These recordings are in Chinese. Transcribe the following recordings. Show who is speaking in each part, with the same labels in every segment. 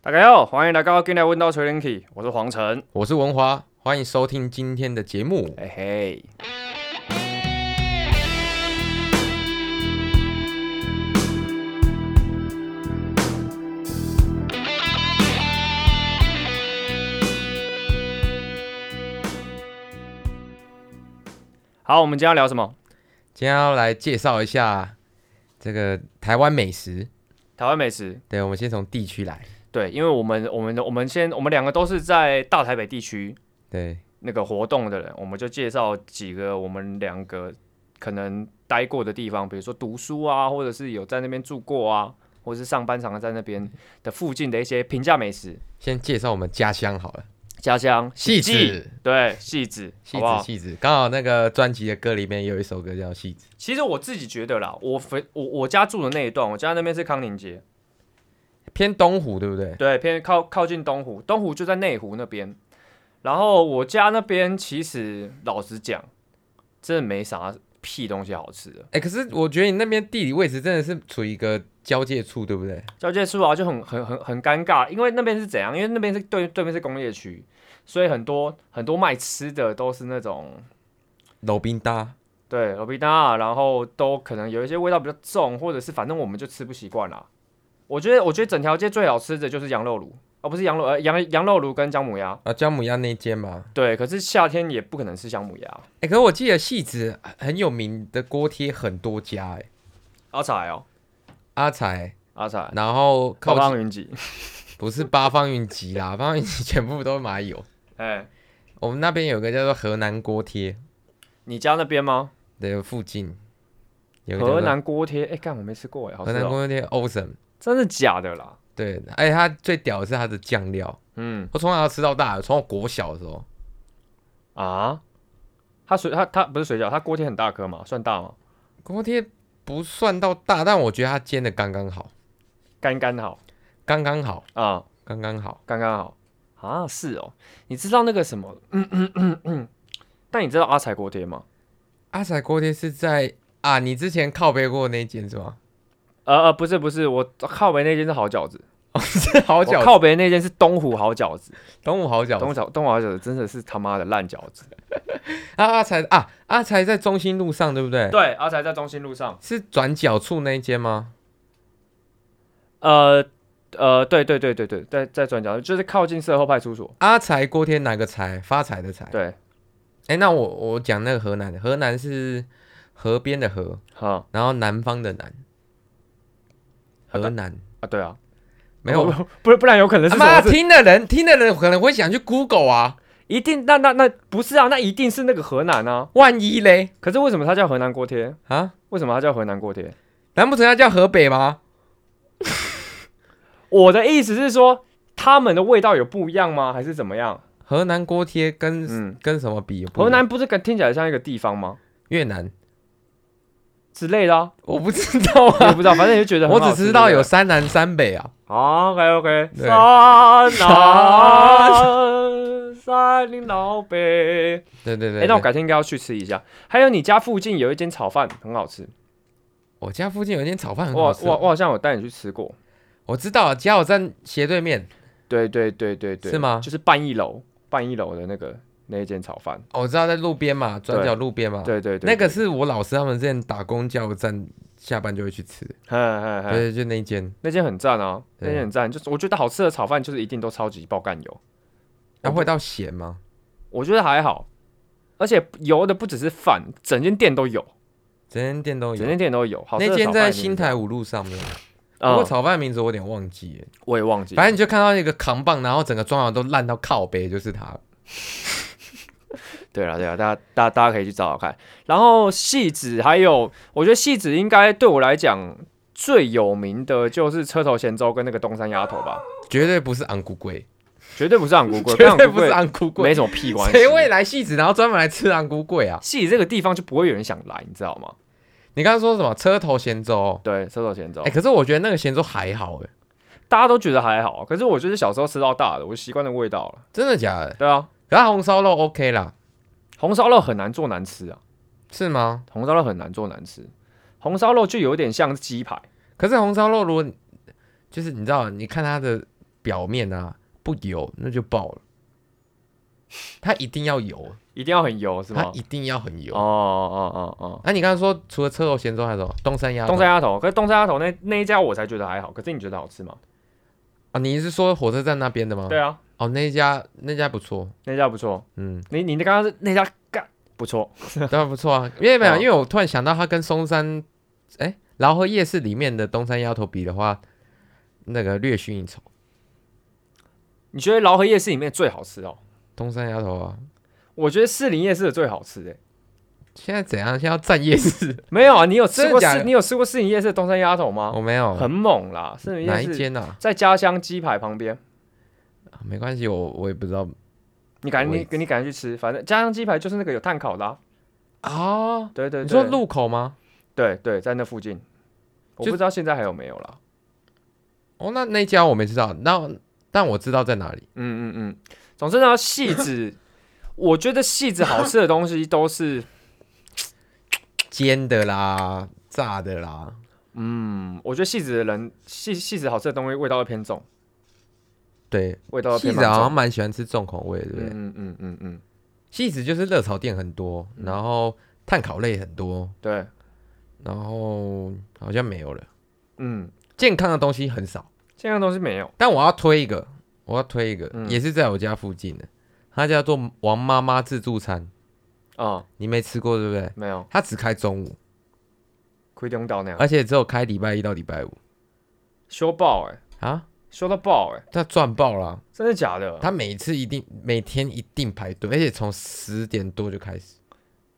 Speaker 1: 大家好，欢迎来到《今天问到锤人体》，我是黄晨。
Speaker 2: 我是文华，欢迎收听今天的节目。
Speaker 1: 嘿嘿，好，我们今天要聊什么？
Speaker 2: 今天要来介绍一下这个台湾美食。
Speaker 1: 台湾美食。
Speaker 2: 对，我们先从地区来。
Speaker 1: 对，因为我们我们我们先我们两个都是在大台北地区
Speaker 2: 对，
Speaker 1: 那个活动的人，我们就介绍几个我们两个可能待过的地方，比如说读书啊，或者是有在那边住过啊，或者是上班常常在那
Speaker 2: 嗯
Speaker 1: 边的附近的一些平价美食、
Speaker 2: 先介绍我们家乡好了，
Speaker 1: 家乡
Speaker 2: 戏
Speaker 1: 子，
Speaker 2: 子，
Speaker 1: 对戏子，
Speaker 2: 戏
Speaker 1: 好
Speaker 2: 子
Speaker 1: 不，好？
Speaker 2: 戏子。刚好那个专辑的歌里面有一首歌叫《戏子》，
Speaker 1: 其实我自己觉得啦，我分我我家住的那一段，我家那边是康宁街，
Speaker 2: 偏东湖，对不对？
Speaker 1: 对，偏靠靠近东湖，东湖就在内湖那边。然后我家那边其实老实讲，真的没啥屁东西好吃的。
Speaker 2: 哎、可是我觉得你那边地理位置真的是处于一个交界处，对不对？
Speaker 1: 交界处啊，就很很很很尴尬，因为那边是怎样？因为那边是对对面是工业区，所以很多很多卖吃的都是那种
Speaker 2: 楼冰搭，
Speaker 1: 对罗比达，然后都可能有一些味道比较重，或者是反正我们就吃不习惯啦。我觉得我觉得整条街最好吃的就是羊肉炉，而、不是羊肉呃羊羊肉炉跟姜母鸭。
Speaker 2: 啊，姜母鸭那一间嘛。
Speaker 1: 对，可是夏天也不可能吃姜母鸭。
Speaker 2: 哎、可是我记得戏子很有名的锅贴很多家、哎，
Speaker 1: 阿彩哦，
Speaker 2: 阿财，
Speaker 1: 阿彩，
Speaker 2: 然后
Speaker 1: 靠
Speaker 2: 靠近
Speaker 1: 浪云 集，
Speaker 2: 不是八方云集啦， 八方云集全部都是麻油。
Speaker 1: 哎，
Speaker 2: 我们那边有个叫做河南锅贴
Speaker 1: 你家那边吗？
Speaker 2: 的附近，有一个叫做
Speaker 1: 河南锅贴，哎，干我没吃过哎，好
Speaker 2: 河
Speaker 1: 吃
Speaker 2: 南
Speaker 1: 哦，
Speaker 2: 锅贴 awesome。
Speaker 1: 真的假的啦？
Speaker 2: 对，而且它最屌的是它的酱料，
Speaker 1: 嗯。
Speaker 2: 我从小吃到大，从我国小的时候，
Speaker 1: 啊？它水它它不是水饺，它锅贴很大颗嘛，算大吗？
Speaker 2: 锅贴不算到大，但我觉得它煎的刚刚好，
Speaker 1: 刚刚好
Speaker 2: 刚刚好，
Speaker 1: 啊，
Speaker 2: 刚刚好。
Speaker 1: 刚刚好啊，是哦。你知道那个什么？嗯嗯嗯嗯。但你知道阿财锅贴吗？
Speaker 2: 阿仔锅贴是在啊，你之前靠背过那间 是吗？
Speaker 1: 呃呃，不是不是，我靠北那间是好饺子，
Speaker 2: 哦，是好
Speaker 1: 我
Speaker 2: 饺子，
Speaker 1: 靠北那间是东湖好饺子，
Speaker 2: 东武好饺
Speaker 1: 东
Speaker 2: 子。
Speaker 1: 饺东湖好饺子真的是他妈的烂饺子。
Speaker 2: 啊，阿才啊，阿才在中心路上对不对？
Speaker 1: 对，阿财在中心路上。
Speaker 2: 是转角处那一间吗？
Speaker 1: 呃呃，对对对对对，在在转角，就是靠近社后派出所。
Speaker 2: 阿财锅贴哪个财？发财的财。哎、
Speaker 1: 对，
Speaker 2: 那我我讲那个河南的，河南是河边的河，
Speaker 1: 哈
Speaker 2: 然后南方的南，
Speaker 1: 好的
Speaker 2: 河南
Speaker 1: 啊，对啊，
Speaker 2: 没有。
Speaker 1: 不，不不然有可能是
Speaker 2: 他
Speaker 1: 什么
Speaker 2: 妈
Speaker 1: 事？
Speaker 2: 听的人，听的人可能会想去 Google 啊，
Speaker 1: 一定，那那那不是啊，那一定是那个河南啊。
Speaker 2: 万一嘞
Speaker 1: 可是为什么它叫河南锅贴？
Speaker 2: 啊？
Speaker 1: 为什么它叫河南锅贴？
Speaker 2: 难不成要叫河北吗？
Speaker 1: 我的意思是说，他们的味道有不一样吗？还是怎么样？
Speaker 2: 河南锅贴跟、
Speaker 1: 嗯
Speaker 2: 跟什么比？不
Speaker 1: 河南不是跟听起来像一个地方吗？
Speaker 2: 越南，
Speaker 1: 之类的啊，
Speaker 2: 我不知道
Speaker 1: 我也
Speaker 2: 啊，
Speaker 1: 不知道，反 正你就觉得很
Speaker 2: 我
Speaker 1: 好吃
Speaker 2: 只知道有
Speaker 1: 对
Speaker 2: 三南三北啊。
Speaker 1: 不对啊，OK OK，
Speaker 2: 对
Speaker 1: 山南山林老北，
Speaker 2: 对对对
Speaker 1: 哎，那我
Speaker 2: 对
Speaker 1: 改天应该要去吃一下。还有你家附近有一间炒饭很好吃，
Speaker 2: 我家附近有一间炒饭很
Speaker 1: 我
Speaker 2: 好吃
Speaker 1: 我
Speaker 2: 哦，
Speaker 1: 我好像有带你去吃过，
Speaker 2: 我知道，家我站斜对面。
Speaker 1: 对对对对对，
Speaker 2: 是吗
Speaker 1: 就是半一楼半一楼的那个那一间炒饭，
Speaker 2: 哦我知道在路边嘛，转角路边嘛。
Speaker 1: 对对对，
Speaker 2: 啊那个
Speaker 1: 对，
Speaker 2: 是我老师他们之前打工加油站下班就会去吃，
Speaker 1: 嗯嗯嗯，
Speaker 2: 对，就那一间。
Speaker 1: 那间很赞啊，
Speaker 2: 对
Speaker 1: 那间很赞，就是我觉得好吃的炒饭就是一定都超级爆干油，
Speaker 2: 那会到咸吗？
Speaker 1: 我觉得还好，而且油的不只是饭，整间店都有，
Speaker 2: 整间店都
Speaker 1: 整
Speaker 2: 有。
Speaker 1: 间店都有。好吃的
Speaker 2: 那间
Speaker 1: 炒饭
Speaker 2: 在
Speaker 1: 一定
Speaker 2: 新
Speaker 1: 有，
Speaker 2: 台五路上面，不过
Speaker 1: 嗯，
Speaker 2: 炒饭名字我有点忘记了，
Speaker 1: 我也忘记，
Speaker 2: 反正你就看到一个扛棒，然后整个装潢都烂到靠背，就是它。
Speaker 1: 对了对了，大家大家大家可以去找找看。然后戏子还有，我觉得戏子应该对我来讲最有名的就是车头咸粥跟那个东山鸭头吧，
Speaker 2: 绝对不是昂咕龟，
Speaker 1: 绝对不是昂咕龟，
Speaker 2: 绝对
Speaker 1: 跟
Speaker 2: 不是
Speaker 1: 昂
Speaker 2: 昂咕
Speaker 1: 咕龟
Speaker 2: 龟，
Speaker 1: 没什么屁关系。
Speaker 2: 谁会来戏子然后专门来吃昂咕龟啊？
Speaker 1: 戏子这个地方就不会有人想来，你知道吗？
Speaker 2: 你刚刚说什么车头咸粥？
Speaker 1: 对，车头咸粥，
Speaker 2: 哎，可是我觉得那个咸粥还好哎，
Speaker 1: 大家都觉得还好，可是我就是小时候吃到大的，我习惯的味道了。
Speaker 2: 真的假的？
Speaker 1: 对啊，
Speaker 2: 可是它红烧肉 OK 啦，
Speaker 1: 红烧肉很难做难吃啊，
Speaker 2: 是吗？
Speaker 1: 红烧肉很难做难吃，红烧肉就有点像鸡排，
Speaker 2: 可是红烧肉，如果就是你知道，你看它的表面啊不油，那就爆了。它一定要油，
Speaker 1: 一定要很油是
Speaker 2: 它
Speaker 1: 吗
Speaker 2: 一？定要很油。
Speaker 1: 哦哦哦哦
Speaker 2: 那、你刚刚说除了车头咸粥还有什么？东山鸭
Speaker 1: 哦，
Speaker 2: 头
Speaker 1: 东山鸭头，可是东山鸭头那那一家我才觉得还好，可是你觉得好吃吗？
Speaker 2: 啊？你是说火车站那边的吗？
Speaker 1: 对啊，
Speaker 2: 哦，那一家那家不错，
Speaker 1: 那家不错。
Speaker 2: 嗯，
Speaker 1: 你你刚刚是那家干不错，
Speaker 2: 当然不错啊。因为没有，
Speaker 1: 哦
Speaker 2: 因为我突然想到，它跟松山，哎、饶河夜市里面的东山鸭头比的话，那个略逊一筹。
Speaker 1: 你觉得饶河夜市里面最好吃哦？
Speaker 2: 东山鸭头啊，
Speaker 1: 我觉得士林夜市的最好吃诶、欸
Speaker 2: 现在怎样？现在要占夜市？
Speaker 1: 没有啊，你有吃
Speaker 2: 真
Speaker 1: 过
Speaker 2: 的假
Speaker 1: 士
Speaker 2: 的
Speaker 1: 你有吃过士林夜市的东山鸭头吗？
Speaker 2: 我没有，
Speaker 1: 哦很猛啦，士林
Speaker 2: 哪
Speaker 1: 夜
Speaker 2: 一
Speaker 1: 市
Speaker 2: 间啊？
Speaker 1: 在家乡鸡排旁边，
Speaker 2: 啊没关系，我我也不知道
Speaker 1: 你赶
Speaker 2: 位
Speaker 1: 紧你你赶紧去吃，反正家乡鸡排就是那个有碳烤的、啊，
Speaker 2: 啊。
Speaker 1: 对对对，
Speaker 2: 你说路口吗？
Speaker 1: 对对，在那附近，我
Speaker 2: 就
Speaker 1: 不知道现在还有没有啦。
Speaker 2: 哦，那那家我没知道，那但我知道在哪里。
Speaker 1: 嗯嗯嗯，总之呢，戏子， 我觉得戏子好吃的东西都 是，
Speaker 2: 煎的啦，炸的啦，
Speaker 1: 嗯，我觉得戏子的人戏戏子好吃的东西味道会偏重，
Speaker 2: 对，啊
Speaker 1: 味道会
Speaker 2: 戏
Speaker 1: 偏
Speaker 2: 子
Speaker 1: 蛮
Speaker 2: 好像
Speaker 1: 重。
Speaker 2: 蛮喜欢吃重口味的，对不对？
Speaker 1: 嗯嗯嗯嗯嗯，
Speaker 2: 戏子就是热炒店很多，然后碳烤类很多，
Speaker 1: 对，
Speaker 2: 然后好像没有了，
Speaker 1: 嗯，
Speaker 2: 健康的东西很少。
Speaker 1: 健康的东西没有。
Speaker 2: 但我要推一个，我要推一个，
Speaker 1: 嗯
Speaker 2: 也是在我家附近的，它叫做王妈妈自助餐，
Speaker 1: 啊、
Speaker 2: 你没吃过对不对？
Speaker 1: 没有，
Speaker 2: 它只开中午，
Speaker 1: 亏东岛那样
Speaker 2: 而且只有开礼拜一到礼拜五
Speaker 1: 修爆哎、欸，
Speaker 2: 啊，
Speaker 1: 修到爆哎、欸，
Speaker 2: 它赚爆了啊、
Speaker 1: 真的假的？
Speaker 2: 他每次一定每天一定排队，而且从十点多就开始，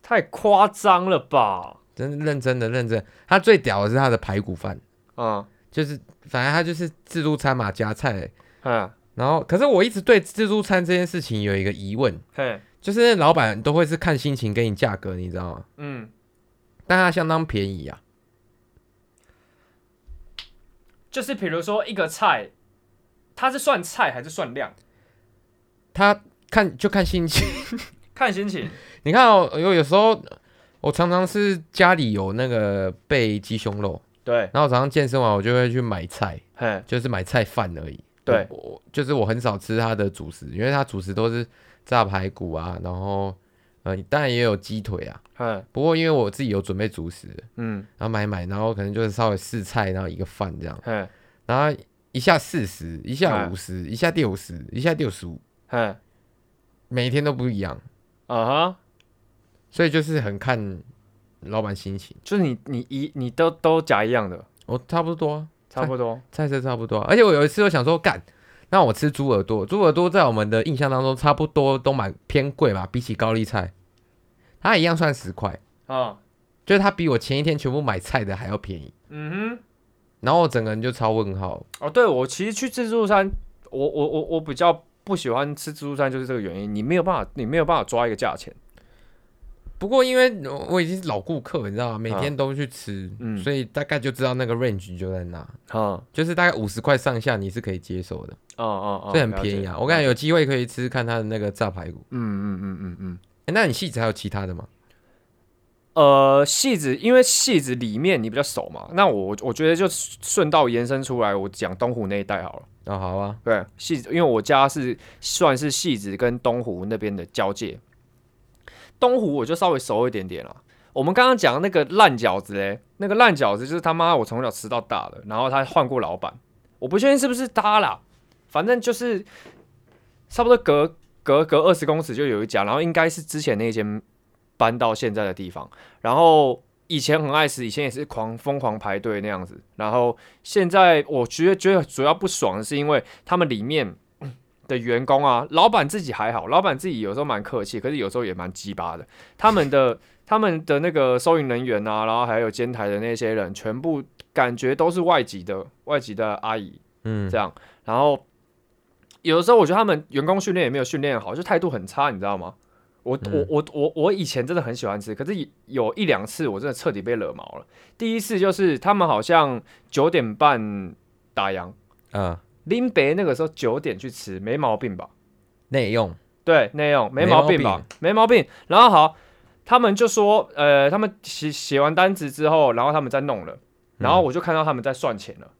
Speaker 1: 太夸张了吧？
Speaker 2: 真的认真的认真。他最屌的是他的排骨饭，
Speaker 1: 嗯
Speaker 2: 就是反正他就是自助餐嘛夹菜。
Speaker 1: 嗯
Speaker 2: 然后，可是我一直对自助餐这件事情有一个疑问，
Speaker 1: 嘿
Speaker 2: 就是那老板都会是看心情给你价格，你知道吗？
Speaker 1: 嗯，
Speaker 2: 但它相当便宜啊，
Speaker 1: 就是比如说一个菜，它是算菜还是算量？
Speaker 2: 他看就看心情。
Speaker 1: 看心情。
Speaker 2: 你看、哦，有有时候我常常是家里有那个备鸡胸肉，
Speaker 1: 对，
Speaker 2: 然后早上健身完我就会去买菜，
Speaker 1: 嘿，
Speaker 2: 就是买菜饭而已。
Speaker 1: 对
Speaker 2: 我，我就是我很少吃它的主食，因为它主食都是炸排骨啊，然后呃，当然也有鸡腿啊。
Speaker 1: 嘿，
Speaker 2: 不过因为我自己有准备主食，
Speaker 1: 嗯，
Speaker 2: 然后买一买，然后可能就是稍微试菜，然后一个饭这样，
Speaker 1: 嘿，
Speaker 2: 然后一下四十，一下五十，一下六十，一下六十五，
Speaker 1: 嘿，嗯啊
Speaker 2: 每一天都不一样，
Speaker 1: 哈，
Speaker 2: 所以就是很看老板心情。
Speaker 1: 就是你你一你都都夹一样的，
Speaker 2: 我差不多、啊，
Speaker 1: 差不 多。
Speaker 2: 菜色差不多啊、而且我有一次我想说干。那我吃猪耳朵，猪耳朵在我们的印象当中差不多都蛮偏贵吧，比起高丽菜，它一样算十块，
Speaker 1: 啊，
Speaker 2: 就是它比我前一天全部买菜的还要便宜。
Speaker 1: 嗯
Speaker 2: 然后我整个人就超问号，
Speaker 1: 哼，哦，对我其实去自助餐，我我我我比较不喜欢吃自助餐，就是这个原因，你没有办法，你没有办法抓一个价钱。
Speaker 2: 不过因为我我已经是老顾客，你知道吗？每天都去吃，
Speaker 1: 啊嗯
Speaker 2: 所以大概就知道那个 range 就在那，
Speaker 1: 啊，
Speaker 2: 就是大概五十块上下你是可以接受的，
Speaker 1: 哦哦哦，
Speaker 2: 这很便宜啊。我感
Speaker 1: 觉，
Speaker 2: 觉有机会可以吃吃看它的那个炸排骨。
Speaker 1: 嗯嗯嗯嗯嗯。
Speaker 2: 诶那你细子还有其他的吗？
Speaker 1: 呃，戏子，因为戏子里面你比较熟嘛，那我我觉得就顺道延伸出来，我讲东湖那一带好了。
Speaker 2: 哦，好啊，
Speaker 1: 对，戏子，因为我家是算是戏子跟东湖那边的交界，东湖我就稍微熟一点点啦。我们刚刚讲的那个烂饺子嘞，那个烂饺子就是他妈我从小吃到大的，然后他换过老板，我不确定是不是他啦，反正就是差不多隔隔隔二十公尺就有一家，然后应该是之前那间搬到现在的地方，然后以前很爱吃，以前也是狂疯狂排队那样子，然后现在我觉得觉得主要不爽的是因为他们里面的员工啊，老板自己还好，老板自己有时候蛮客气，可是有时候也蛮鸡巴的。他们的他们的那个收银人员啊，然后还有监台的那些人，全部感觉都是外籍的外籍的阿姨
Speaker 2: 嗯
Speaker 1: 这，样。然后有的时候我觉得他们员工训练也没有训练好，就态度很差，你知道吗？我我我我我以前真的很喜欢吃，可是有一两次我真的彻底被惹毛了。第一次就是他们好像九点半打烊，
Speaker 2: 啊，
Speaker 1: 林北那个时候九点去吃，没毛病吧？
Speaker 2: 内用，
Speaker 1: 对，内容没
Speaker 2: 没
Speaker 1: 毛
Speaker 2: 毛
Speaker 1: 病吧？没毛病。然后好，他们就说，呃，他们写写完单子之嗯后，然后他们再弄了，然后我就看到他们在算钱了，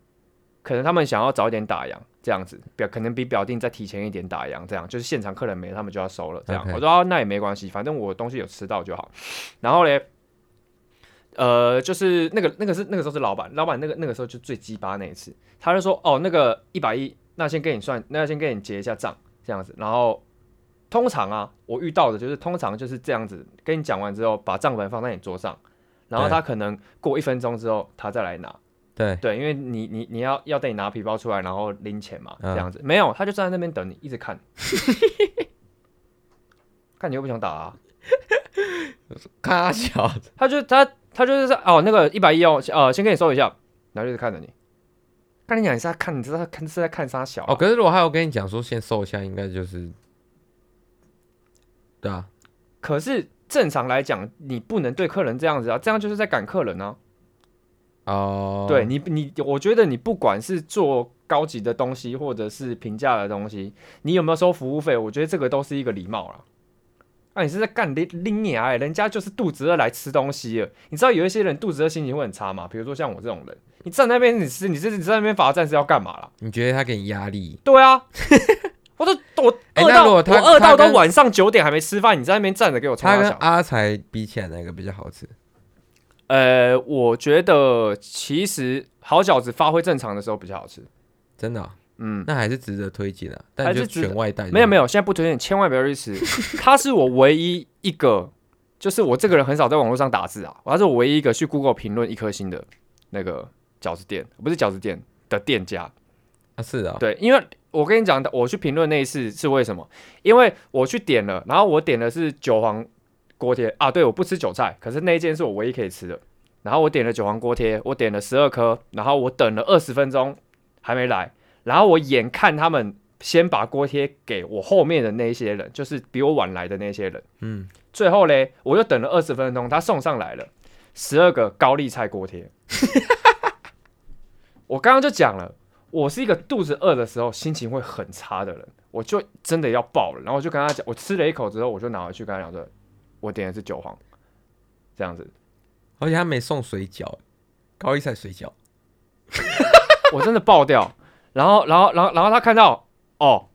Speaker 1: 可能他们想要早点打烊，这样子，表可能比表定再提前一点打烊，这样就是现场客人没，他们就要收了。这样
Speaker 2: OK
Speaker 1: 我说、啊、那也没关系，反正我东西有吃到就好。然后嘞，呃，就是那个那个是那个时候是老板，老板那个那个时候就最鸡巴那一次，他就说哦那个一百一，那先跟你算，那先跟你结一下账这样子。然后通常啊，我遇到的就是通常啊就是这样子，跟你讲完之后，把账本放在你桌上，然后
Speaker 2: 对
Speaker 1: 他可能过一分钟之后他再来拿。
Speaker 2: 对，
Speaker 1: 对，因为你你你要要带你拿皮包出来，然后拎钱嘛，
Speaker 2: 嗯
Speaker 1: 这样子。没有，他就站在那边等你，一直看， 看你又不想打、啊，
Speaker 2: 咔小子，
Speaker 1: 他就他他就是在哦那个一百一哦，呃，先给你收一下，然后就是看着你。跟你讲，你是在看，你知道看是在看啥小、啊？
Speaker 2: 哦，可是如果他有跟你讲说先收一下，应该就是，对啊，
Speaker 1: 可是正常来讲，你不能对客人这样子啊，这样就是在赶客人啊。
Speaker 2: 哦，
Speaker 1: 对，你，你我觉得你不管是做高级的东西，或者是平价的东西，你有没有收服务费，我觉得这个都是一个礼貌啦。啊，你是在干拎拎你啊？人家就是肚子饿来吃东西了。你知道有一些人肚子饿心情会很差嘛？比如说像我这种人，你站那边你吃，你是你在那边罚站是要干嘛啦？
Speaker 2: 你觉得他给你压力？
Speaker 1: 对啊， 我都我
Speaker 2: 哎
Speaker 1: 饿
Speaker 2: 那
Speaker 1: 到、
Speaker 2: 如果他
Speaker 1: 我饿到
Speaker 2: 他
Speaker 1: 都
Speaker 2: 跟
Speaker 1: 晚上九点还没吃饭，你在那边站着给我冲
Speaker 2: 他
Speaker 1: 他
Speaker 2: 跟
Speaker 1: 小。
Speaker 2: 阿才比起来，哪个比较好吃？
Speaker 1: 呃，我觉得其实好饺子发挥正常的时候比较好吃。
Speaker 2: 真的哦、
Speaker 1: 嗯，
Speaker 2: 那还是值得推荐啊，
Speaker 1: 还
Speaker 2: 但
Speaker 1: 是
Speaker 2: 就
Speaker 1: 值得
Speaker 2: 选外带就好。
Speaker 1: 没有没有，现在不推荐，千万不要去吃。他是我唯一一个，就是我这个人很少在网络上打字啊，他是我唯一一个去 Google 评论一颗星的那个饺子店，不是饺子店的店家。
Speaker 2: 啊，是啊、
Speaker 1: 对，因为我跟你讲，我去评论那一次是为什么？因为我去点了，然后我点的是韭黄锅贴啊，对，我不吃韭菜，可是那一间是我唯一可以吃的。然后我点了韭黄锅贴，我点了十二颗，然后我等了二十分钟还没来，然后我眼看他们先把锅贴给我后面的那一些人，就是比我晚来的那些人，
Speaker 2: 嗯，
Speaker 1: 最后嘞，我又等了二十分钟，他送上来了十二个高丽菜锅贴。 我刚刚就讲了，我是一个肚子饿的时候心情会很差的人，我就真的要爆了。然后我就跟他讲，我吃了一口之后，我就拿回去跟他讲说，我点的是韭黄，这样子。
Speaker 2: 而且他没送水饺，高丽菜水饺，
Speaker 1: 我真的爆掉。然后，然后，然后，然后他看到，哦，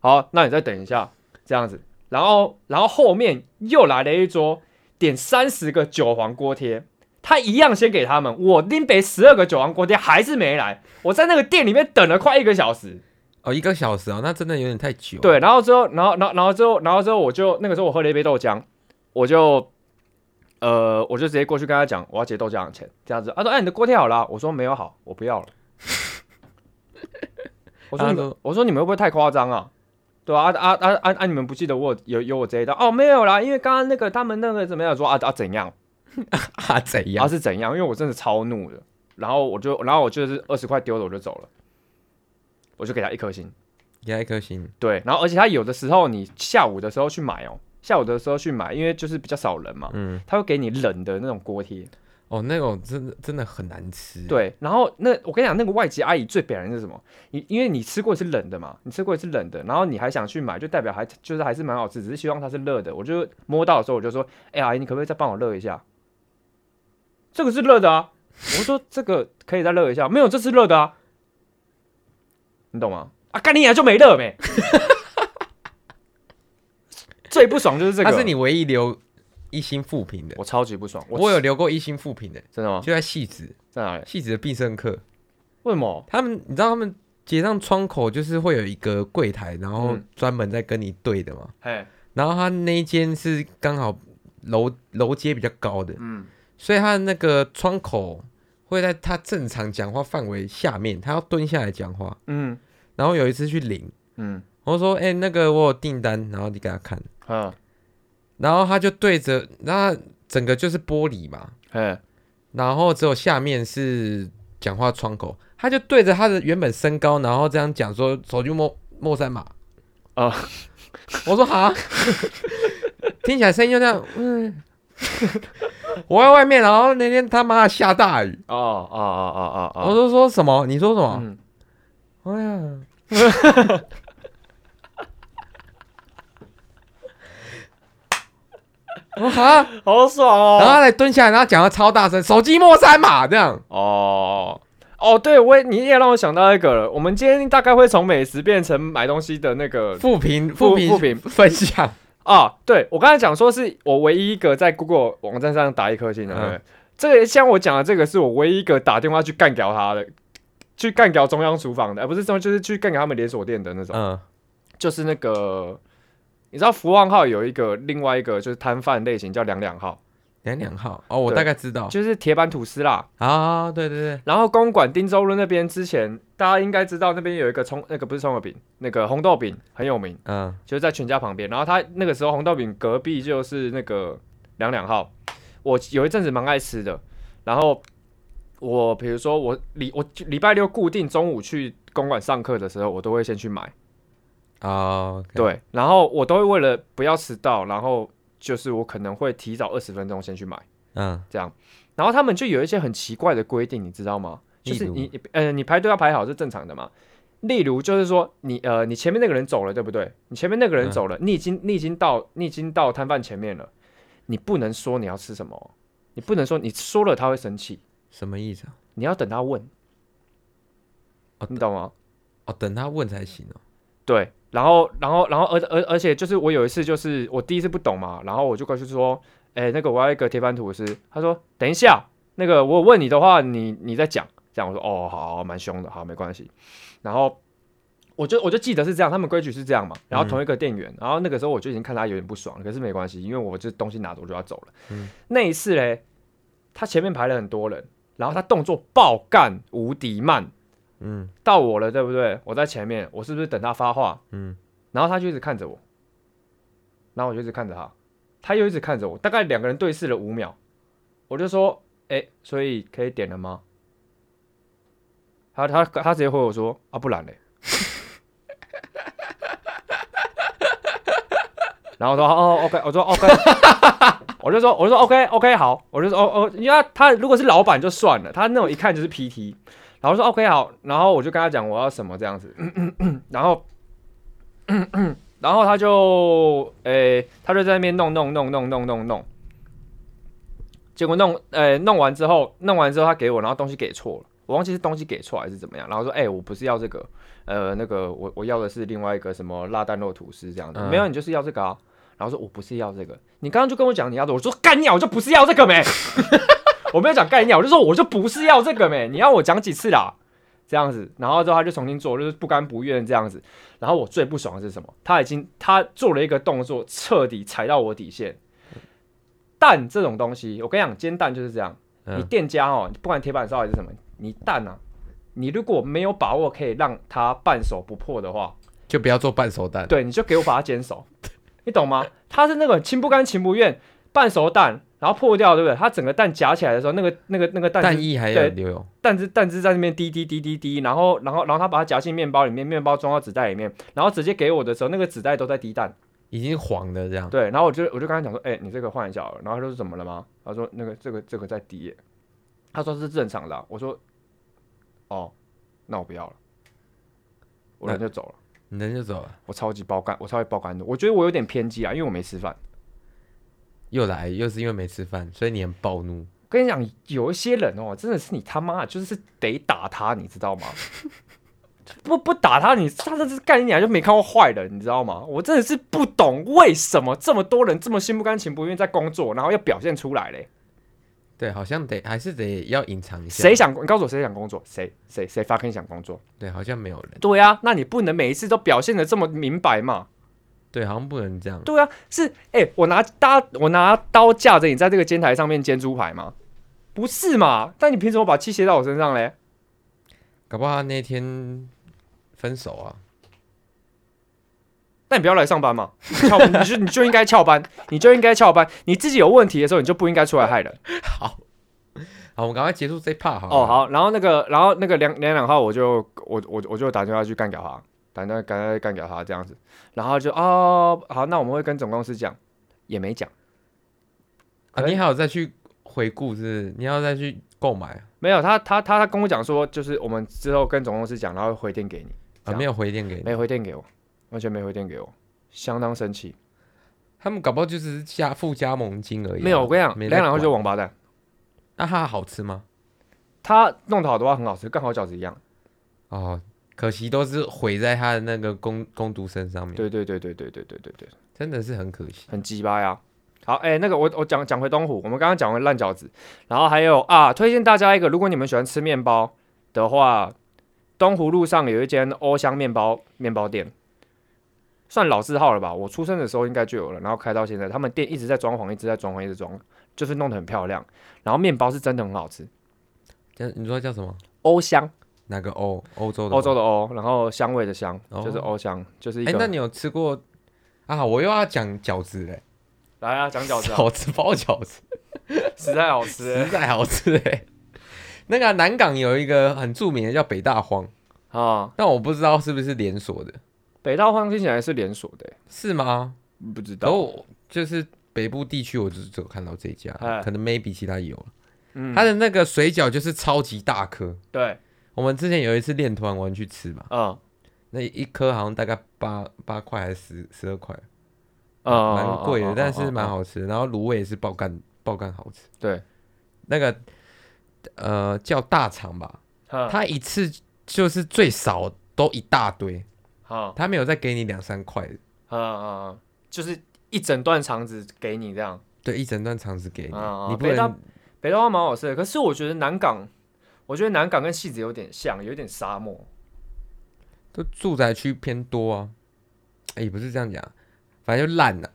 Speaker 1: 好，那你再等一下，这样子。然后，然后后面又来了一桌，点三十个韭黄锅贴，他一样先给他们。我拎北十二个韭黄锅贴还是没来，我在那个店里面等了快一个小时。
Speaker 2: 哦，一个小时啊、那真的有点太久。，
Speaker 1: 对，然后之后，然后，然后，然后之后，然后之后，我就那个时候我喝了一杯豆浆，我就，呃，我就直接过去跟他讲，我要结豆浆的钱，这样子。他说：“哎，你的锅贴好了啊、我说：“没有好，我不要了。”我说
Speaker 2: 他
Speaker 1: 你们
Speaker 2: 说：“
Speaker 1: 我说你们会不会太夸张啊？”对啊啊啊啊啊！你们不记得我有有我这一段哦？没有啦，因为刚刚那个他们那个怎么样说啊啊怎样
Speaker 2: 啊，怎
Speaker 1: 啊
Speaker 2: 样？
Speaker 1: 是怎样？因为我真的超怒的，然后我就然后我就是二十块丢了我就走了，我就给他一颗星。
Speaker 2: 给他一颗星。
Speaker 1: 对，然后而且他有的时候你下午的时候去买哦，下午的时候去买，因为就是比较少人嘛，
Speaker 2: 嗯，
Speaker 1: 他会给你冷的那种锅贴。
Speaker 2: 哦，那种真的真的很难吃。，
Speaker 1: 对，然后那我跟你讲，那个外籍阿姨最表人是什么？你因为你吃过一次冷的嘛，你吃过一次冷的，然后你还想去买，就代表还就是还是蛮好吃，只是希望它是热的。我就摸到的时候我就说，哎、阿姨，你可不可以再帮我热一下？这个是热的啊，我说这个可以再热一下，没有，这是热的啊，你懂吗？啊，干你娘就没热没。 最不爽就是这个，
Speaker 2: 他是你唯一留一星负评的。
Speaker 1: 我超级不爽，
Speaker 2: 我
Speaker 1: 我
Speaker 2: 有留过一星负评的，
Speaker 1: 真的吗？
Speaker 2: 就在戏子，
Speaker 1: 在哪里？
Speaker 2: 戏子的必胜客，
Speaker 1: 为什么？
Speaker 2: 他们你知道他们结账窗口就是会有一个柜台，然后
Speaker 1: 嗯
Speaker 2: 专门在跟你对的嘛。
Speaker 1: 嘿，
Speaker 2: 然后他那一间是刚好楼楼阶比较高的，
Speaker 1: 嗯，
Speaker 2: 所以他的那个窗口会在他正常讲话范围下面，他要蹲下来讲话。
Speaker 1: 嗯
Speaker 2: 然后有一次去领，
Speaker 1: 嗯
Speaker 2: 我就说：“哎、那个我有订单。”然后你给他看，
Speaker 1: 嗯，
Speaker 2: 然后他就对着，那整个就是玻璃嘛，
Speaker 1: 嘿，
Speaker 2: 然后只有下面是讲话窗口，他就对着他的原本身高，然后这样讲说：“手机莫莫三码。”
Speaker 1: 啊，
Speaker 2: 我说好，听起来声音就这样，嗯。 我在外面，然后那天他妈下大雨，
Speaker 1: 哦哦哦哦哦哦，
Speaker 2: 我就说什么？你说什么？
Speaker 1: 嗯，
Speaker 2: 哎呀， 我哈，
Speaker 1: 好爽哦！
Speaker 2: 然后啊他来蹲下来，然后讲的超大声，手机莫删嘛，这样。
Speaker 1: 哦，哦，对，我也你也让我想到一个了。我们今天大概会从美食变成买东西的那个
Speaker 2: 复评
Speaker 1: 复
Speaker 2: 评
Speaker 1: 复评
Speaker 2: 分享，
Speaker 1: 啊，对我刚才讲说是我唯一一个在 Google 网站上打一颗星的，对不对
Speaker 2: 嗯
Speaker 1: 这个像我讲的这个是我唯一一个打电话去干掉他的，去干掉中央厨房的，而、不是中央，就是去干掉他们连锁店的那种，
Speaker 2: 嗯
Speaker 1: 就是那个。你知道福旺号有一个另外一个就是摊贩类型叫两两号，
Speaker 2: 两两号哦，我
Speaker 1: 对
Speaker 2: 大概知道
Speaker 1: 就是铁板吐司啦。
Speaker 2: 啊，对对对，
Speaker 1: 然后公馆汀州路那边之前大家应该知道那边有一个葱那个不是葱油饼，那个红豆饼很有名，
Speaker 2: 嗯
Speaker 1: 就是在全家旁边。然后他那个时候红豆饼隔壁就是那个两两号，我有一阵子蛮爱吃的。然后我比如说我礼我礼拜六固定中午去公馆上课的时候，我都会先去买。
Speaker 2: 哦，OK，
Speaker 1: 对，然后我都会为了不要迟到，然后就是我可能会提早二十分钟先去买。
Speaker 2: 嗯
Speaker 1: 这样。然后他们就有一些很奇怪的规定，你知道吗？就是
Speaker 2: 例如
Speaker 1: 你呃，你排队要排好是正常的嘛。例如就是说你呃，你前面那个人走了，对不对？你前面那个人
Speaker 2: 嗯
Speaker 1: 走了，你已经你已经到你已经到摊贩前面了，你不能说你要吃什么哦，你不能说你说了他会生气，
Speaker 2: 什么意思啊？
Speaker 1: 你要等他问，
Speaker 2: 哦
Speaker 1: 你懂吗？
Speaker 2: 哦，等他问才行哦，
Speaker 1: 对，然后然后然后而而而且就是我有一次就是我第一次不懂嘛，然后我就过去说，哎，那个我要一个铁板吐司，他说等一下，那个我有问你的话，你你再讲，这样我说哦好，蛮凶的，好没关系，然后。我就我就记得是这样，他们规矩是这样嘛。然后同一个店员，然后那个时候我就已经看他有点不爽了，可是没关系，因为我这东西拿着我就要走了。那一次嘞，他前面排了很多人，然后他动作爆干无敌慢，
Speaker 2: 嗯
Speaker 1: 到我了，对不对？我在前面，我是不是等他发话？
Speaker 2: 嗯，
Speaker 1: 然后他就一直看着我，然后我就一直看着他，他又一直看着我，大概两个人对视了五秒，我就说：“哎，所以可以点了吗？”他他他直接回我说：“啊，不然嘞。” 然后我说：“哦，OK。”我说：“OK。” 我就说：“我就说 OK OK 好。”我就说：“哦哦，因为他他如果是老板就算了，他那种一看就是 PT。”然后说 OK 好，然后我就跟他讲我要什么这样子，然后， 然后他就诶、他就在那边弄弄弄弄弄弄弄，结果弄诶、弄完之后，弄完之后他给我，然后东西给错了，我忘记是东西给错还是怎么样，然后说诶、我不是要这个，呃那个我我要的是另外一个什么辣蛋肉吐司这样子，
Speaker 2: 嗯
Speaker 1: 没有你就是要这个啊，然后说我不是要这个，你刚刚就跟我讲你要的，我说干鸟我就不是要这个没。 我没有讲概念，我就说我就不是要这个没，你要我讲几次啦？这样子，然后之后他就重新做，就是不甘不愿这样子。然后我最不爽的是什么？他已经他做了一个动作，彻底踩到我底线。蛋这种东西，我跟你讲，煎蛋就是这样。你
Speaker 2: 嗯
Speaker 1: 店家哦，不管铁板烧还是什么，你蛋啊，你如果没有把握可以让它半熟不破的话，
Speaker 2: 就不要做半熟蛋，
Speaker 1: 对，你就给我把它煎熟，你懂吗？它是那个情不甘情不愿半熟蛋，然后破掉，对不对？它整个蛋夹起来的时候，那个那个那个蛋
Speaker 2: 蛋
Speaker 1: 是
Speaker 2: 液还有
Speaker 1: 对
Speaker 2: 流油，
Speaker 1: 蛋汁蛋汁在那边滴滴滴滴滴，然后然后然后他把它夹进面包里面，面包装到纸袋里面，然后直接给我的时候，那个纸袋都在滴蛋。
Speaker 2: 已经黄的这样，
Speaker 1: 对，然后我就我就跟他讲说，哎、你这个换一下好了。然后他说怎么了吗？他说那个这个这个在滴耶、他说是正常的啊、我说哦，那我不要了，我人就走了。
Speaker 2: 你人就走了，
Speaker 1: 我超级爆肝，我超级爆肝的。我觉得我有点偏激啊，因为我没吃饭。
Speaker 2: 又来，又是因为没吃饭，所以你很暴怒，
Speaker 1: 我跟你讲，有一些人哦，真的是你他妈就是得打他，你知道吗？ 不不打他，你他这是概念就没看过坏人，你知道吗？我真的是不懂为什么这么多人这么心不甘情不愿在工作，然后要表现出来嘞。
Speaker 2: 对，好像得还是得要隐藏一下，
Speaker 1: 谁想你告诉我谁想工作？谁谁谁 fucking 想工作？
Speaker 2: 对，好像没有人，
Speaker 1: 对啊，那你不能每一次都表现的这么明白嘛？
Speaker 2: 对，好像不能这样，
Speaker 1: 对啊，是哎、我拿搭我拿刀架着你在这个煎台上面煎猪排吗？不是嘛？但你凭什么把气卸到我身上嘞？
Speaker 2: 搞不好他那天分手啊，
Speaker 1: 那你不要来上班嘛，你翘你就你就应该翘班， 你就应该翘班。你自己有问题的时候，你就不应该出来害人。
Speaker 2: 好，我们赶快结束这一 part 好了
Speaker 1: 哦，，好，然后那个，然后那个两两两号我，就我我我就打电话去干掉他，打电话干掉干掉他这样子，然后就哦，好，那我们会跟总公司讲，也没讲，
Speaker 2: 啊你还有再去回顾是不是你要再去购买啊
Speaker 1: 没有，他他他他跟我讲说，就是我们之后跟总公司讲，然后回电给你，这
Speaker 2: 啊，
Speaker 1: 样
Speaker 2: 没有回电给你，
Speaker 1: 没回电给我，完全没回电给我，相当生气。
Speaker 2: 他们搞不好就只是加付加盟金而已啊、
Speaker 1: 没有，我跟你讲，
Speaker 2: 没
Speaker 1: 两
Speaker 2: 在
Speaker 1: 两号
Speaker 2: 管
Speaker 1: 就是王八蛋。
Speaker 2: 那它好吃吗？
Speaker 1: 它弄得好的话很好吃，跟好饺子一样。
Speaker 2: 哦，可惜都是毁在他的那个工工读生上面，
Speaker 1: 对对对对对对对对对，
Speaker 2: 真的是很可惜。
Speaker 1: 很鸡巴呀。好，哎、那个我我讲讲回东湖，我们刚刚讲回烂饺子，然后还有啊，推荐大家一个，如果你们喜欢吃面包的话，东湖路上有一间欧香面包面包店，算老字号了吧？我出生的时候应该就有了，然后开到现在，他们店一直在装潢，一直在装潢，一直装，就是弄得很漂亮，然后面包是真的很好吃，
Speaker 2: 叫你说叫什么？
Speaker 1: 欧香，
Speaker 2: 哪个欧？欧洲的？
Speaker 1: 欧洲。的欧，然后香味的香，
Speaker 2: 哦
Speaker 1: 就是欧香，就是一
Speaker 2: 哎、
Speaker 1: 个。
Speaker 2: 那你有吃过啊？我又要讲饺子嘞，
Speaker 1: 来啊，讲饺子、啊，
Speaker 2: 饺子包饺子，
Speaker 1: 实在好吃、
Speaker 2: 实
Speaker 1: 欸
Speaker 2: 在好吃哎。那个啊、南港有一个很著名的叫北大荒，
Speaker 1: 啊！
Speaker 2: 但我不知道是不是连锁的，
Speaker 1: 北大荒听起来是连锁的、欸
Speaker 2: 是吗？
Speaker 1: 不知道
Speaker 2: 然。后就是北部地区，我只只有看到这一家
Speaker 1: 哎，
Speaker 2: 可能 maybe 其他也有了。
Speaker 1: 嗯
Speaker 2: 它的那个水饺就是超级大颗，
Speaker 1: 对，
Speaker 2: 我们之前有一次练团玩去吃嘛，
Speaker 1: 嗯
Speaker 2: 那一颗好像大概八八块还是十十二块，
Speaker 1: 嗯，
Speaker 2: 蛮贵的，
Speaker 1: 嗯
Speaker 2: 但是蛮。
Speaker 1: 嗯嗯嗯
Speaker 2: 好吃。然后卤味也是爆干爆干好吃。
Speaker 1: 对，
Speaker 2: 那个呃叫大肠吧，
Speaker 1: 嗯
Speaker 2: 它一次就是最少都一大堆，
Speaker 1: 好，
Speaker 2: 它没有再给你两三块的，
Speaker 1: 嗯嗯，嗯就是一整段肠子给你这样。
Speaker 2: 对，一整段肠子给你，
Speaker 1: 啊啊
Speaker 2: 你不
Speaker 1: 北大
Speaker 2: 能
Speaker 1: 北大花蛮好吃的，可是我觉得南港，我觉得南港跟戏子有点像，有点沙漠。
Speaker 2: 都住宅区偏多啊，哎也不是这样讲，反正就烂了、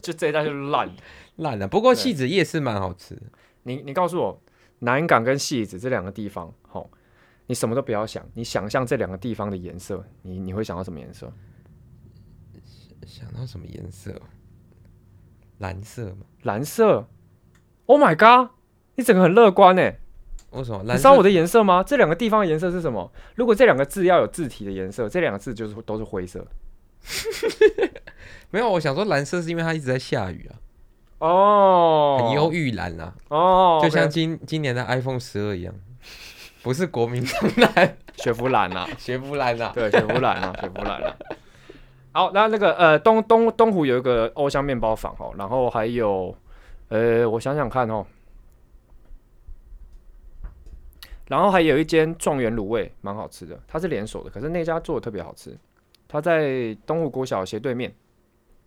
Speaker 1: 就这一带就烂。
Speaker 2: 烂了、不过
Speaker 1: 对
Speaker 2: 戏子夜市蛮好吃的，
Speaker 1: 你你告诉我，南港跟戏子这两个地方，好、你什么都不要想，你想象这两个地方的颜色，你你会想到什么颜色？
Speaker 2: 想到什么颜色？蓝色嘛？
Speaker 1: 蓝色。Oh my god！你整个很乐观哎，
Speaker 2: 为什么？
Speaker 1: 你
Speaker 2: 蓝
Speaker 1: 知道
Speaker 2: 色
Speaker 1: 我的颜色吗？这两个地方的颜色是什么？如果这两个字要有字体的颜色，这两个字就是都是灰色。
Speaker 2: 没有，我想说蓝色是因为它一直在下雨啊，
Speaker 1: 哦，
Speaker 2: 很忧郁蓝啊，
Speaker 1: 哦，
Speaker 2: 就像
Speaker 1: OK
Speaker 2: 今今年的 iPhone 十二一样，不是国民党蓝，
Speaker 1: 雪佛兰啊，
Speaker 2: 学不蓝啊。
Speaker 1: 对，雪佛兰啊，雪佛兰啊。好，那那个呃，东东东湖有一个欧香面包坊哦，然后还有呃，我想想看哦，然后还有一间状元卤味，蛮好吃的，它是连锁的，可是那家做的特别好吃，它在东湖国小斜对面，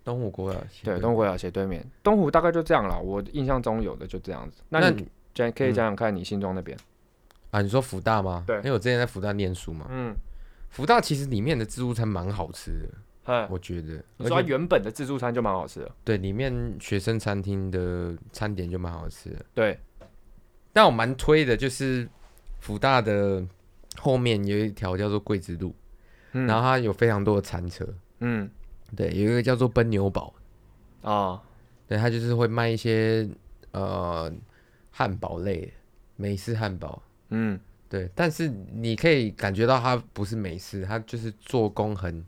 Speaker 2: 东湖国小斜
Speaker 1: 对，东湖国小斜对面，东湖大概就这样啦，我印象中有的就这样子。那
Speaker 2: 那
Speaker 1: 你讲可以
Speaker 2: 嗯
Speaker 1: 讲讲看你心中那边，
Speaker 2: 啊，你说福大吗？
Speaker 1: 对
Speaker 2: 因为我之前在福大念书嘛。
Speaker 1: 嗯，
Speaker 2: 福大其实里面的自助餐蛮好吃的，
Speaker 1: 嗯，
Speaker 2: 我觉得。
Speaker 1: 你说它
Speaker 2: 而且
Speaker 1: 原本的自助餐就蛮好吃的，
Speaker 2: 对，里面学生餐厅的餐点就蛮好吃的。
Speaker 1: 对。
Speaker 2: 但我蛮推的，就是福大的后面有一条叫做桂枝路，
Speaker 1: 嗯
Speaker 2: 然后它有非常多的餐车。
Speaker 1: 嗯
Speaker 2: 对，有一个叫做奔牛堡，
Speaker 1: 啊
Speaker 2: 对，它就是会卖一些呃汉堡类的美式汉堡，
Speaker 1: 嗯
Speaker 2: 对，但是你可以感觉到它不是美式，它就是做工很，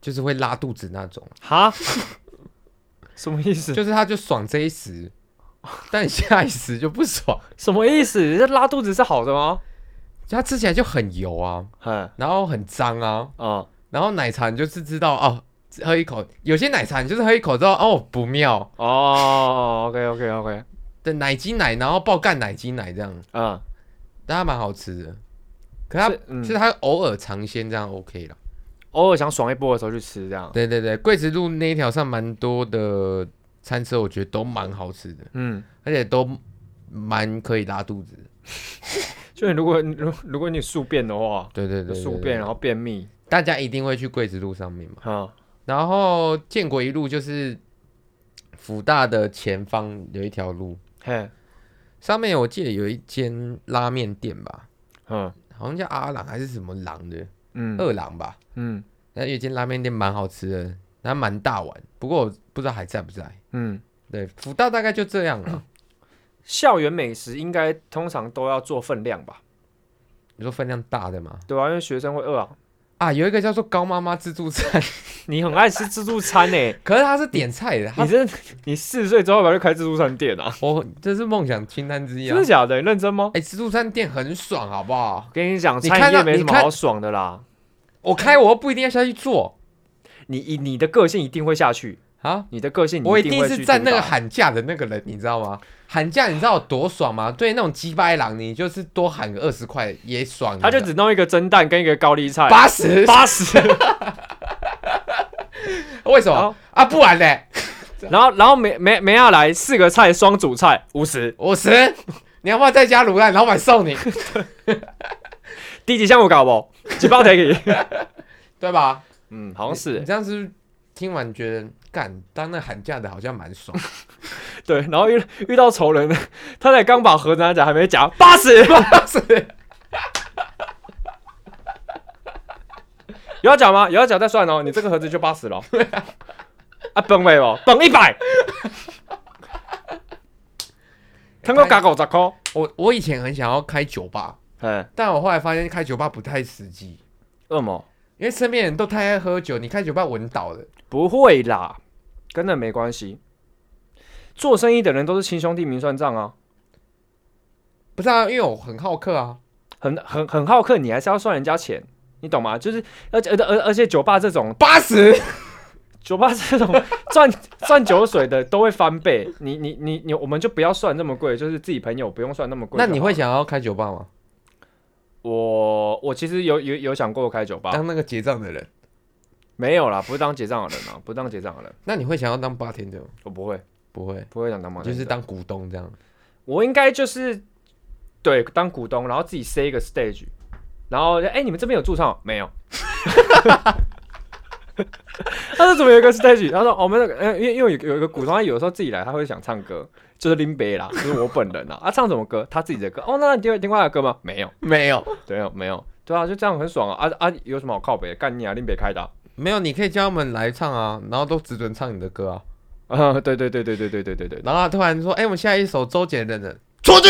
Speaker 2: 就是会拉肚子那种，
Speaker 1: 哈， 什么意思？
Speaker 2: 就是它就爽这一时，但下一时就不爽，
Speaker 1: 什么意思？这拉肚子是好的吗？
Speaker 2: 它吃起来就很油啊，
Speaker 1: 嗯
Speaker 2: 然后很脏啊，
Speaker 1: 啊
Speaker 2: 然后奶茶你就是知道哦，喝一口，有些奶茶你就是喝一口之后哦不妙，
Speaker 1: 哦，OK OK OK，
Speaker 2: 对，奶精奶，然后爆干奶精奶这样。
Speaker 1: 嗯，
Speaker 2: 但它蛮好吃的。可它
Speaker 1: 是嗯
Speaker 2: 是它偶尔尝鲜这样 OK 了。
Speaker 1: 偶尔想爽一波的时候去吃这样。
Speaker 2: 对对对，桂子路那一条上蛮多的餐车，我觉得都蛮好吃的，
Speaker 1: 嗯，
Speaker 2: 而且都蛮可以拉肚子的。
Speaker 1: 就你如果如如果你宿便的话，
Speaker 2: 对对
Speaker 1: 就
Speaker 2: 对
Speaker 1: 宿
Speaker 2: 对
Speaker 1: 便
Speaker 2: 对，
Speaker 1: 然后便秘，
Speaker 2: 大家一定会去桂子路上面嘛。
Speaker 1: 啊
Speaker 2: 然后建国一路就是福大的前方有一条路，
Speaker 1: 嘿，
Speaker 2: 上面我记得有一间拉面店吧，
Speaker 1: 嗯
Speaker 2: 好像叫阿郎还是什么郎的，
Speaker 1: 嗯
Speaker 2: 二郎吧。
Speaker 1: 嗯
Speaker 2: 那有一间拉面店蛮好吃的，它蛮大碗，不过我不知道还在不在。
Speaker 1: 嗯，
Speaker 2: 对，福大大概就这样 了。
Speaker 1: 校园美食应该通常都要做分量吧？
Speaker 2: 你说分量大的吗？
Speaker 1: 对吧、因为学生会饿啊。
Speaker 2: 啊，有一个叫做高妈妈自助餐，
Speaker 1: 你很爱吃自助餐呢、
Speaker 2: 可是它是点菜的，
Speaker 1: 你
Speaker 2: 它
Speaker 1: 这你四十岁之后要不要去开自助餐店啊？
Speaker 2: 我这是梦想清单之一
Speaker 1: 真
Speaker 2: 啊
Speaker 1: 的。假的？你认真吗？
Speaker 2: 哎、自助餐店很爽，好不好
Speaker 1: 我？跟你讲，
Speaker 2: 你
Speaker 1: 餐饮
Speaker 2: 看啊
Speaker 1: 业
Speaker 2: 到
Speaker 1: 没什
Speaker 2: 你
Speaker 1: 么
Speaker 2: 看
Speaker 1: 好爽的啦。
Speaker 2: 我开我又不一定要下去做，
Speaker 1: 你以你的个性一定会下去，
Speaker 2: 啊！
Speaker 1: 你的个性你
Speaker 2: 我一
Speaker 1: 定
Speaker 2: 定
Speaker 1: 会
Speaker 2: 是
Speaker 1: 去
Speaker 2: 站
Speaker 1: 主
Speaker 2: 那个
Speaker 1: 导啊
Speaker 2: 喊价的那个人，你知道吗？喊价你知道有多爽吗？对那种鸡巴狼，你就是多喊个二十块也爽。
Speaker 1: 他就只弄一个蒸蛋跟一个高丽菜，
Speaker 2: 八十，
Speaker 1: 八十，
Speaker 2: 为什
Speaker 1: 好
Speaker 2: 么啊？不然嘞，
Speaker 1: 然后然后梅梅梅亚来四个菜双主菜五十，
Speaker 2: 五十，你要不要再加卤蛋？老板送你，
Speaker 1: 低级项目搞不？几包得给？
Speaker 2: 对吧？
Speaker 1: 嗯，好像是
Speaker 2: 你
Speaker 1: 欸
Speaker 2: 这样子听完觉得，干当那喊价的好像蛮 爽。
Speaker 1: 对。然后遇遇到仇人， 他才刚把盒子拿起来还没夹，八十，
Speaker 2: 八十，
Speaker 1: 有要讲吗？有要讲再算哦，你这个盒子就八十了哦。 啊，崩没哦，崩一百，通过加五十块。
Speaker 2: 我我以前很想要开酒吧，
Speaker 1: 嗯，
Speaker 2: 但我后来发现开酒吧不太实际，
Speaker 1: 恶魔
Speaker 2: 因为身边人都太爱喝酒，你开酒吧闻倒了。
Speaker 1: 不会啦，跟那没关系。做生意的人都是亲兄弟明算账啊，
Speaker 2: 不是啊，因为我很好客啊。
Speaker 1: 很很很好客，你还是要算人家钱，你懂吗？就是而且而而而且酒吧这种
Speaker 2: 八十，
Speaker 1: 酒吧这种赚赚酒水的都会翻倍，你 你你你，我们就不要算那么贵，就是自己朋友不用算那么贵就
Speaker 2: 那
Speaker 1: 好。
Speaker 2: 你会想要开酒吧吗？
Speaker 1: 我我其实有有有想过开酒吧，
Speaker 2: 当那个结账的人，
Speaker 1: 没有啦，不是当结账的人啊，不是当结账的人，
Speaker 2: 那你会想要当八天的吗？
Speaker 1: 我不会
Speaker 2: 不会，
Speaker 1: 不会想当忙，
Speaker 2: 就是当股东这样。
Speaker 1: 我应该就是对当股东，然后自己塞一个 stage，然后哎、你们这边有驻唱没有？ 他说怎么有一个 stage？他说我们那个，呃因为因为有有一个股东，他有时候自己来，他会想唱歌，就是林北啦，就是我本人啦。啊， 唱什么歌？他自己的歌。哦，那你有听过他的歌吗？没有，
Speaker 2: 没有，
Speaker 1: 对，没有。对啊，就这样很爽啊！啊啊，有什么好靠北的？干你啊，林北开的啊、
Speaker 2: 没有，你可以叫他们来唱啊，然后都只准唱你的歌啊。
Speaker 1: 啊！ 对对对对对对对对对，
Speaker 2: 然后他突然说：“哎、我们下一首周杰伦的《出去》。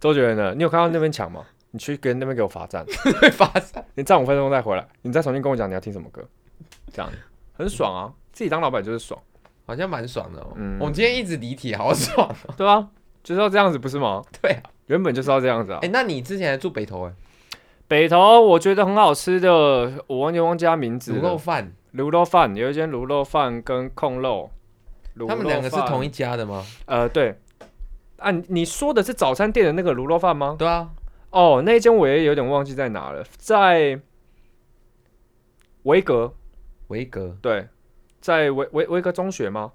Speaker 1: 周杰伦的，你有看到那边抢吗？你去跟那边给我罚站。”
Speaker 2: 会发生。
Speaker 1: 你站五分钟再回来，你再重新跟我讲你要听什么歌，这样很爽啊！自己当老板就是爽，
Speaker 2: 好像蛮爽的哦。
Speaker 1: 嗯
Speaker 2: 我们今天一直离题，好爽 哦。
Speaker 1: 对啊，就是要这样子，不是吗？
Speaker 2: 对啊，
Speaker 1: 原本就是要这样子啊
Speaker 2: 哎、。那你之前还住北投哎、
Speaker 1: 北头我觉得很好吃的，我完全忘记它名字
Speaker 2: 卤肉
Speaker 1: 了。
Speaker 2: 饭，
Speaker 1: 卤肉饭有一间卤肉饭跟控肉，卤
Speaker 2: 他们两个是
Speaker 1: 肉饭
Speaker 2: 同一家的吗？
Speaker 1: 呃对。啊，你你说的是早餐店的那个卤肉饭吗？
Speaker 2: 对啊，
Speaker 1: 哦，那一间我也有点忘记在哪了，在维格，
Speaker 2: 维格。
Speaker 1: 对，在维维维格中学吗？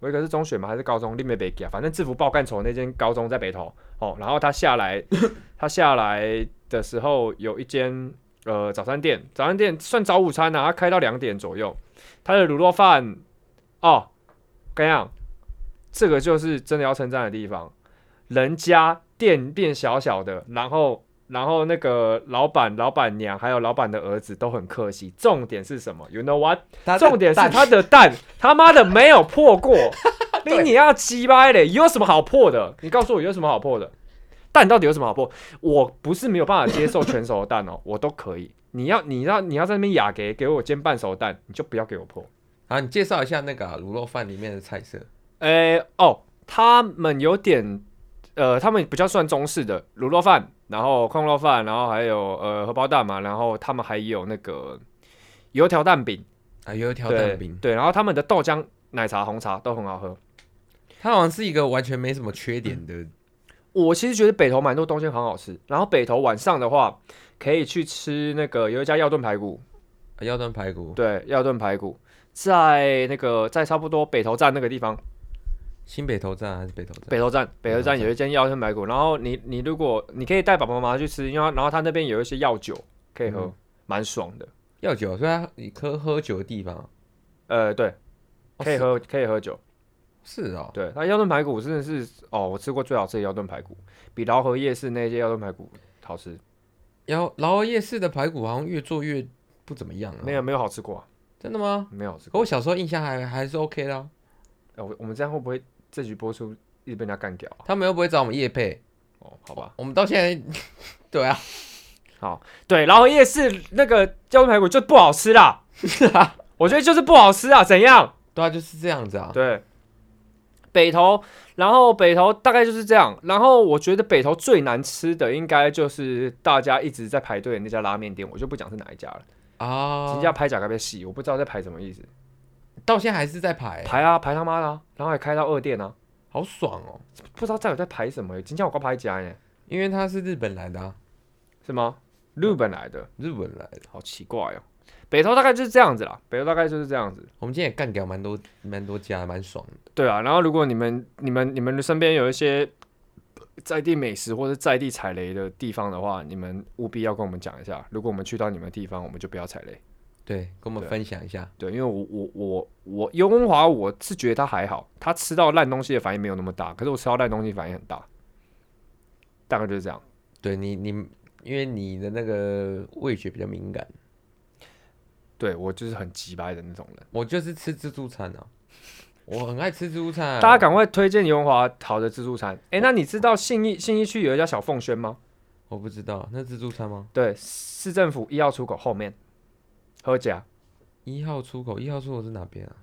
Speaker 1: 维格是中学吗？还是高中？立美北啊，反正制服爆干丑那间高中在北投哦。然后他下来，他下来的时候有一间呃早餐店，早餐店算早午餐啊，他开到两点左右。他的卤肉饭哦，跟你讲，这个就是真的要称赞的地方，人家店变小小的，然后。然后那个老板、老板娘还有老板的儿子都很客气。重点是什么？You know what？
Speaker 2: 他
Speaker 1: 重点是
Speaker 2: 蛋
Speaker 1: 他的蛋，他妈的没有破过，你
Speaker 2: 对
Speaker 1: 你要鸡掰嘞，有什么好破的？你告诉我有什么好破的？蛋到底有什么好破？我不是没有办法接受全熟的蛋哦， 我都可以。你要你要你要在那边雅给给我煎半熟的蛋，你就不要给我破。
Speaker 2: 好，你介绍一下那个啊卤、肉饭里面的菜色。
Speaker 1: 诶、哦，他们有点，呃，他们比较算中式的卤肉饭，然后空肉饭，然后还有呃荷包蛋嘛，然后他们还有那个油条蛋饼，
Speaker 2: 啊，有一条
Speaker 1: 对
Speaker 2: 蛋饼，
Speaker 1: 对，然后他们的豆浆、奶茶、红茶都很好喝。
Speaker 2: 它好像是一个完全没什么缺点的。
Speaker 1: 我其实觉得北投蛮多东西很好吃，然后北投晚上的话可以去吃那个有一家药炖排骨，
Speaker 2: 啊腰炖排骨，
Speaker 1: 对，药炖排骨在那个在差不多北投站那个地方，
Speaker 2: 新北投站啊还是北投站？
Speaker 1: 北投站北投
Speaker 2: 北投
Speaker 1: 站
Speaker 2: 站
Speaker 1: 有一间药炖排骨，然后你你如果你可以带爸爸妈妈去吃，因为它然后他那边有一些药酒可以喝
Speaker 2: 嗯，
Speaker 1: 蛮、爽的。
Speaker 2: 药酒，所以它你喝喝酒的地方啊
Speaker 1: 呃，对，
Speaker 2: 哦
Speaker 1: 可以喝、可以喝酒，
Speaker 2: 是哦，
Speaker 1: 对，它药炖排骨真的是哦，我吃过最好吃的药炖排骨，比饶河夜市那些药炖排骨好吃，
Speaker 2: 然后然后夜市的排骨好像越做越不怎么样啊。
Speaker 1: 没有没有好吃过啊、
Speaker 2: 真的吗？
Speaker 1: 没有好吃过。
Speaker 2: 可我小时候印象还还是 OK 啊啦。
Speaker 1: 哎、我我们这样会不会这局播出一直被人家干掉啊、
Speaker 2: 他们又不会找我们叶配，
Speaker 1: 哦，好吧，
Speaker 2: 我们到现在， 对啊，
Speaker 1: 对，然后夜市那个胶炖排骨就不好吃 啦，我觉得就是不好吃啊，怎样？
Speaker 2: 对啊，就是这样子啊。
Speaker 1: 对，北投，然后北投大概就是这样。然后我觉得北投最难吃的应该就是大家一直在排队的那家拉面店，我就不讲是哪一家了。
Speaker 2: 啊，
Speaker 1: 人家排假该被洗，我不知道在排什么意思。
Speaker 2: 到现在还是在排，
Speaker 1: 排啊排他妈的、啊，然后还开到二店啊，
Speaker 2: 好爽哦，
Speaker 1: 不知道战友在排什么、欸今天我刚排家耶，
Speaker 2: 因为他是日本来的、啊，
Speaker 1: 是吗？日本来的，
Speaker 2: 日本来的。
Speaker 1: 好奇怪哦。北投大概就是这样子啦，北投大概就是这样子。
Speaker 2: 我们今天也干掉蛮多蛮多家，蛮爽的。
Speaker 1: 对啊，然后如果你们、你们、你们身边有一些在地美食或者在地踩雷的地方的话，你们务必要跟我们讲一下。如果我们去到你们的地方，我们就不要踩雷。
Speaker 2: 对，跟我们
Speaker 1: 对
Speaker 2: 分享一下。
Speaker 1: 对，因为我我我我尤文华，我是觉得他还好，他吃到烂东西的反应没有那么大，可是我吃到烂东西反应很大，大概就是这样。
Speaker 2: 对你你，因为你的那个味觉比较敏感，
Speaker 1: 对我就是很急白的那种人。
Speaker 2: 我就是吃自助餐啊，我很爱吃自助餐啊、
Speaker 1: 大家赶快推荐尤文华好的自助餐。诶，那你知道信义信义区有一家小凤轩吗？
Speaker 2: 我不知道那自助餐吗？
Speaker 1: 对，市政府一号出口后面，啊喝甲。
Speaker 2: 一号出口，一号出口是哪边啊？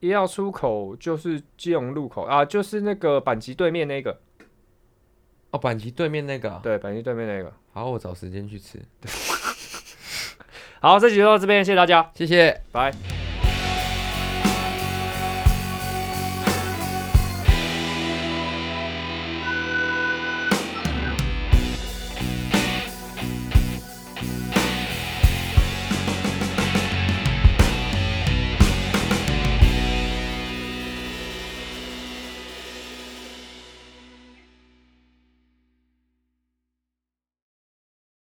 Speaker 1: 一号出口就是基隆路口啊，就是那个板桥对面那个，
Speaker 2: 哦，板崎对面那个啊、
Speaker 1: 对，板桥对面那个。
Speaker 2: 好，我找时间去吃，
Speaker 1: 好，这集就到这边，谢谢大家，
Speaker 2: 谢谢。
Speaker 1: 拜。